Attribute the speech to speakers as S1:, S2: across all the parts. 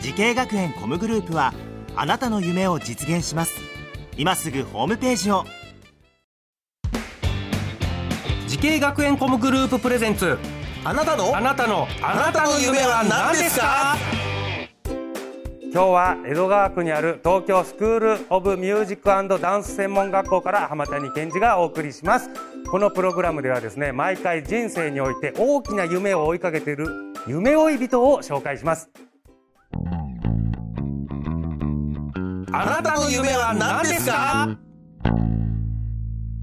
S1: 時系学園コムグループはあなたの夢を実現します今すぐホームページを
S2: 時系学園コムグループプレゼンツ
S3: あなたの
S2: あなたのあなたの夢は何ですか
S4: 今日は江戸川区にある東京スクール・オブ・ミュージックダンス専門学校から浜谷健二がお送りしますこのプログラムではですね毎回人生において大きな夢を追いかけている夢追い人を紹介します
S3: あなたの夢は何ですか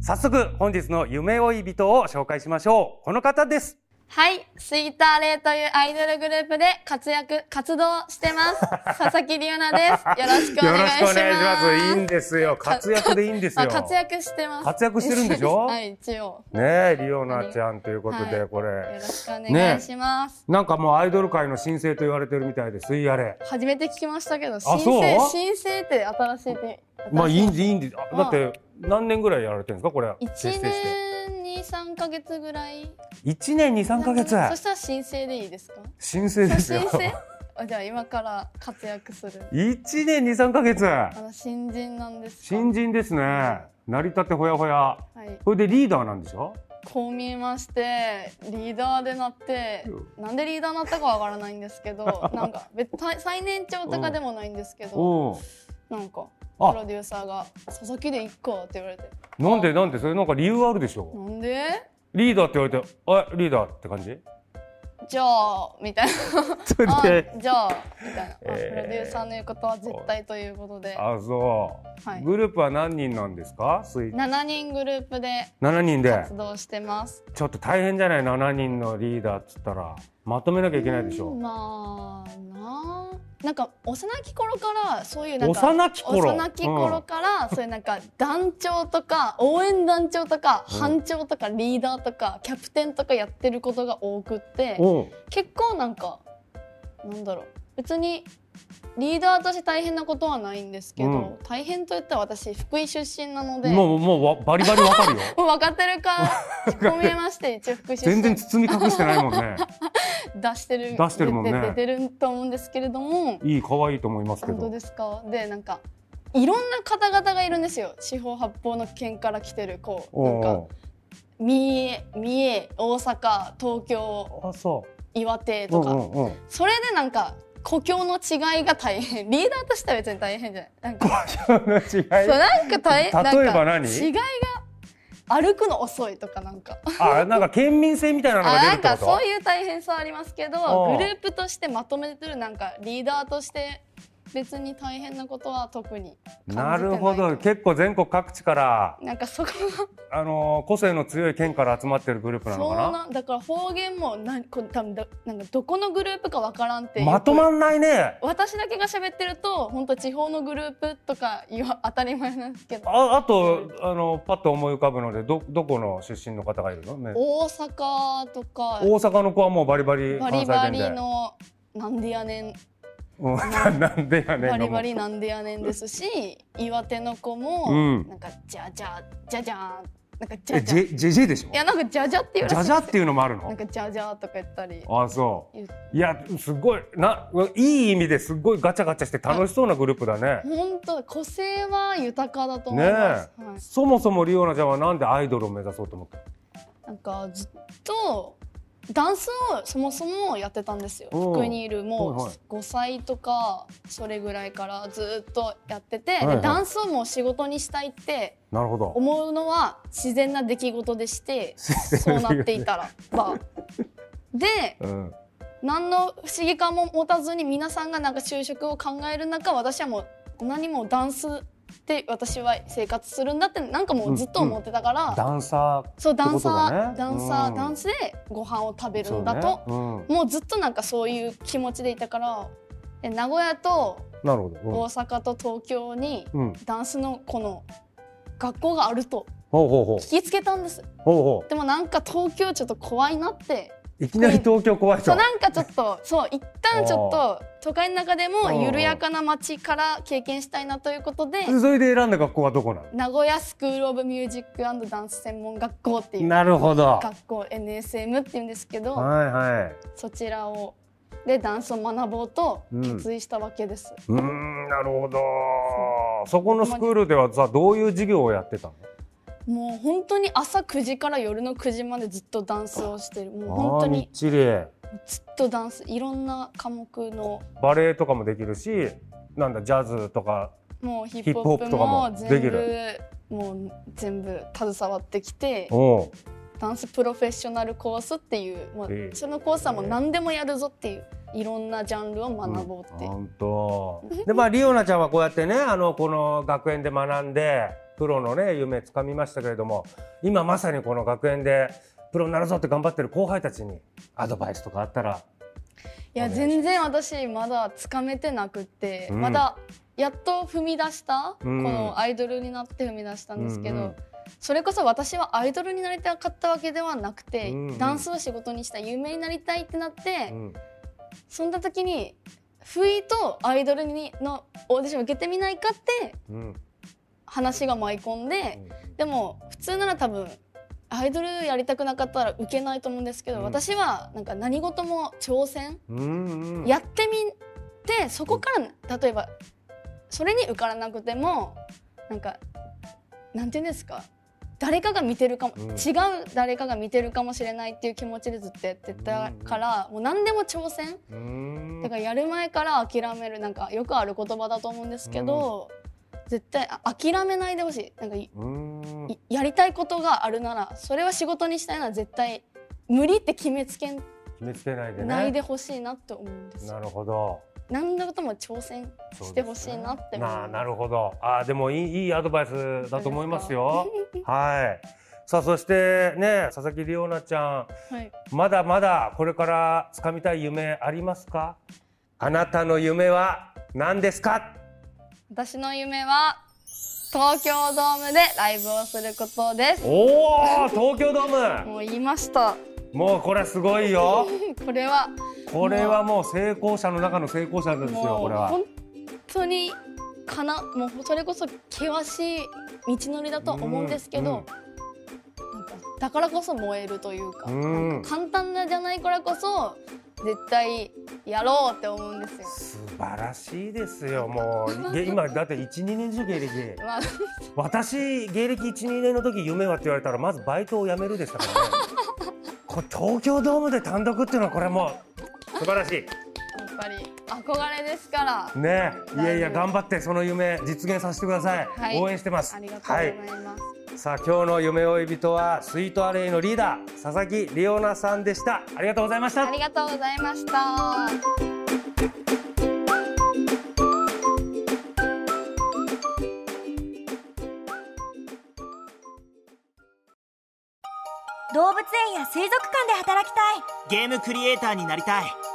S4: 早速本日の夢追い人を紹介しましょうこの方です
S5: はい、スイーターレイというアイドルグループで活躍、活動して ます。佐々木里央奈です。よろしくお
S4: よ
S5: 願
S4: ろ
S5: い
S4: し
S5: し
S4: くお
S5: ます。
S4: 願いしますいいんですよ 活躍でいいんですよ
S5: あ活躍してます。
S4: 活躍してるんでしょ
S5: はい、一応。
S4: ねえリオナちゃんということで、
S5: はい
S4: こ
S5: よろ
S4: れ
S5: しくお願いします。
S4: なんかもうアイドル界の新星と言われてるみたいですいあれ
S5: 初めて聞きましたけど、
S4: そう
S5: 新生、新生って新しいって。
S4: まあいいん
S5: で
S4: でいいんであだって何年ぐらいやられてるんですかこれ
S5: 1年に3ヶ月ぐらい。
S4: 1年23ヶ月
S5: そしたら新生でいいですか
S4: 新生ですよ
S5: 新生あじゃあ今から活躍する。
S4: 1年23ヶ月
S5: あの、新人なんですか
S4: 新人ですね成り立てほやほや
S5: はい。
S4: それでリーダーなんでしょ
S5: こう見えましてリーダーでなってなんでリーダーになったかわからないんです けどなんか別最最年長とかでもないんですけど
S4: お
S5: なんかプ
S4: あ
S5: ロデューサーが「佐々木で行こう」って言われて「
S4: なんでなんでそれなんか理由あるでしょ
S5: なんで
S4: リーダーって言われてあリーダーって感じ
S5: じゃあ」みたいな「あ
S4: で
S5: じゃあ」みたいな、あプロ
S4: えー
S5: デューサーの言うことは絶対ということで、
S4: あそう、
S5: はい
S4: グループは何人なんですかスイー
S5: 7人グループで
S4: 7人で
S5: 活動してます。
S4: ちょっと大変じゃない7人のリーダーっつったらまとめなきゃいけないでしょ
S5: まあなあなんか幼き頃からそういうなんか
S4: 幼き頃
S5: 幼き頃から、そういうなんか団長とか応援団長とか、
S4: うん
S5: 班長とかリーダーとかキャプテンとかやってることが多くって
S4: おう
S5: 結構なんかなんだろう別にリーダーとして大変なことはないんですけど、
S4: うん
S5: 大変といったら私福井出身なのでも
S4: もうもうわバリバリわ かるよ
S5: う分かってる かこう見えまして一応福井出身
S4: 全然包み隠してないもんね
S5: 出してる
S4: 出してるもんね
S5: 出出てると思うんですけれども
S4: いい可愛いと思いますけ
S5: 本当
S4: ど
S5: ですかでなんかいろんな方々がいるんですよ四方八方の県から来てるこうなんか
S4: お
S5: 三重三重大阪東京
S4: うあそ
S5: 岩手
S4: うう
S5: と
S4: ん
S5: か、
S4: うん うん
S5: それでなんか故郷の違いが大変 リーダーとしては別に大変じゃないなんか
S4: 違い
S5: そうなんか大
S4: 例え
S5: 変
S4: ば
S5: なんか
S4: 何
S5: 違いが歩くの遅いとかなんか
S4: あなんか県民性みたいなのが
S5: あ
S4: 出る
S5: な
S4: っ
S5: ん
S4: て
S5: か
S4: こと
S5: そういう大変さありますけ
S4: う
S5: ど
S4: ん
S5: グループとしてまとめてるなんかリーダーとして別に大変なことは特に感じてな
S4: ないるほど結構全国各地から、
S5: なんかそこ
S4: あのー個性の強い県から集まってるグループ
S5: が
S4: な
S5: そ
S4: の
S5: う
S4: かな
S5: なだから方言もなんこ多分だなんかどこのグループかわからんっていう
S4: まとまんないね
S5: 私だけが喋ってると本当地方のグループとか言わ当たり前なんですけど
S4: ああとあのパッと思い浮かぶのでどどこの出身の方がいるの、ね、
S5: 大阪とか
S4: 大阪の子はもうバリバリ
S5: バ
S4: 関
S5: リ
S4: 西
S5: バ
S4: 弁で
S5: リのなんでやねん
S4: うんなん でやねん
S5: バリバ
S4: の
S5: リなんでやねんですし岩手の子も、
S4: うん
S5: なんかじゃじゃじゃじゃーんなんかじ
S4: え
S5: ゃ
S4: ジ
S5: じゃい
S4: ェジェジェでしょ
S5: やなんかじゃじゃって言う
S4: ジ
S5: ら
S4: ャ
S5: しい
S4: ジャっていうのもある
S5: なん
S4: の
S5: かじゃじゃとか言ったり
S4: あそう
S5: 言う
S4: いやすごいないい意味ですごいガチャガチャして楽しそうなグループだね
S5: 本当個性は豊かだと思います、
S4: ね
S5: はい、
S4: そもそもリオナちゃんはなんでアイドルを目指そうと思った
S5: なんかずっとダンスをそもそもやってたんですよ
S4: おう
S5: 福井にいる
S4: はい
S5: も
S4: はいう
S5: 5歳とかそれぐらいからずっとやってて、
S4: いはい
S5: でダンスをもう仕事にしたいって
S4: なるほど
S5: 思うのは自然な出来事でしてそうなっていたらば。で
S4: うん
S5: 何の不思議感も持たずに皆さんがなんか就職を考える中私はもう何もダンスで私は生活するんだってなんかもうずっと思ってたから、
S4: ダンサ
S5: そうダンサ
S4: ってことだ
S5: ー、
S4: ね
S5: ダンサー、
S4: うん
S5: ダンスでご飯を食べ
S4: ー
S5: るんだと、
S4: そうね
S5: もうずっとなんかそういう気持ちでいたからで名古屋と
S4: なるほ
S5: 大
S4: ど。
S5: 阪と東京に
S4: うん。うん
S5: ダンスのこの学校があると
S4: ほうほうほう。
S5: 聞きつけたんです
S4: ほうほ
S5: でもなんか東京ちょっと怖いなって
S4: う。いきなり東京怖い
S5: そ
S4: と
S5: う。なんかちょっとそう一旦ちょっと都会の中でも緩やかな街から経験したいなということで
S4: それで選んだ学校はどこな
S5: 名古屋スクール・オブ・ミュージックダンス専門学校ってい
S4: の
S5: う
S4: なるほど。
S5: 学校 NSM っていうんですけど、
S4: はいはい。
S5: そちらをでダンスを学ぼうと
S4: うん
S5: 決意したわけです、
S4: うーん、なるほど。そこのスクールではさ、どういう授業をやってたの
S5: もう本当に朝9時から夜の9時までずっとダンスをしてるもう本当
S4: あーみ
S5: に
S4: っちり。
S5: ずっとダンスいろんな科目の
S4: バレエとかもできるし、なんだ、ジャズとか。
S5: もうヒ
S4: ッ
S5: ッ
S4: プ
S5: プ
S4: ホ
S5: ホ
S4: ッ
S5: ッ
S4: プ
S5: プ
S4: とかも
S5: も
S4: で
S5: 全
S4: き
S5: 部
S4: る
S5: もう全部携わってきて
S4: おう
S5: ダンスプロフェッショナルコースっていうも
S4: ええ
S5: うそのコースはもう何でもやるぞっていういろんなジャンルを学ぼうって、
S4: 本 当。で、まあ、リオナちゃんはこうやってね、あの、この学園で学んで、プロのね、夢掴みましたけれども、今まさにこの学園で、プロになるぞって頑張ってる後輩たちにアドバイスとかあったら、
S5: いや
S4: お願いし
S5: 全然私まだつかめてなくって、
S4: うん
S5: まだやっと踏み出した、
S4: うん
S5: このアイドルになって踏み出したんですけど、
S4: うんうん
S5: それこそ私はアイドルになりたかったわけではなくて、
S4: うんうん
S5: ダンスを仕事にしたい有名になりたいってなって、
S4: うん、
S5: そんな時に不意とアイドルにのオーディション受けてみないかって
S4: うん、
S5: 話が舞い込んで、
S4: う
S5: でも普通なら多分アイドルやりたくなかったら受けないと思うんですけど、
S4: うん
S5: 私はなんか何事も挑戦
S4: うん、うん、
S5: やってみてそこから例えばそれに受からなくてもなんかなんて言うんですか誰かが見てるかも、
S4: うん
S5: 違う誰かが見てるかもしれないっていう気持ちでずっとやってたから、もう何でも挑戦
S4: うん
S5: だからやる前から諦めるなんかよくある言葉だと思うんですけど、絶対あ諦めないでほしいなんかい
S4: うん
S5: いやりたいことがあるならそれは仕事にしたいなら絶対無理って決めつけ
S4: 決めつけないでね。
S5: ないでほしいなと思うんですよ
S4: なるほど。
S5: 何のことも挑戦
S4: そうですね
S5: してほしいなって思う
S4: なあなるほど。ああでもいいいいアドバイスだと思いますよ。はい。さあそしてね佐々木里央奈ちゃ
S5: はい、
S4: んまだまだこれから掴みたい夢ありますか？あなたの夢は何ですか？
S5: 私の夢は東京ドームでライブをすることです
S4: おお東京ドーム
S5: もう言いました
S4: もうこれすごいよ。
S5: これは
S4: これはもう成功者の中の成功者なんですよ
S5: も
S4: こ
S5: う
S4: れは。
S5: 本当にかなもうそれこそ険しい道のりだと思うんですけど、なんかだからこそ燃えるというか,、
S4: うん
S5: なんか簡単なじゃないからこそ絶対やろうって思うんですよ。
S4: 素晴らしいですよも うげ今だって12年中芸歴。
S5: まあ、
S4: 私芸歴12年の時夢はって言われたらまずバイトを辞めるでした からねこれ東京ドームで単独っていうのはこれもう素晴らしい
S5: やっぱり憧れですから。
S4: ねえいやいや
S5: だいぶ
S4: 頑張ってその夢実現させてください、
S5: はい
S4: 応援してます
S5: ありがとうご
S4: は
S5: ざい
S4: い
S5: ます。
S4: さあ今日の夢追い人はスイートアレイのリーダー佐々木里央奈さんでしたありがとうございました
S5: ありがとうございました。
S6: 動物園や水族館で働きたい
S1: ゲームクリエイターになりたい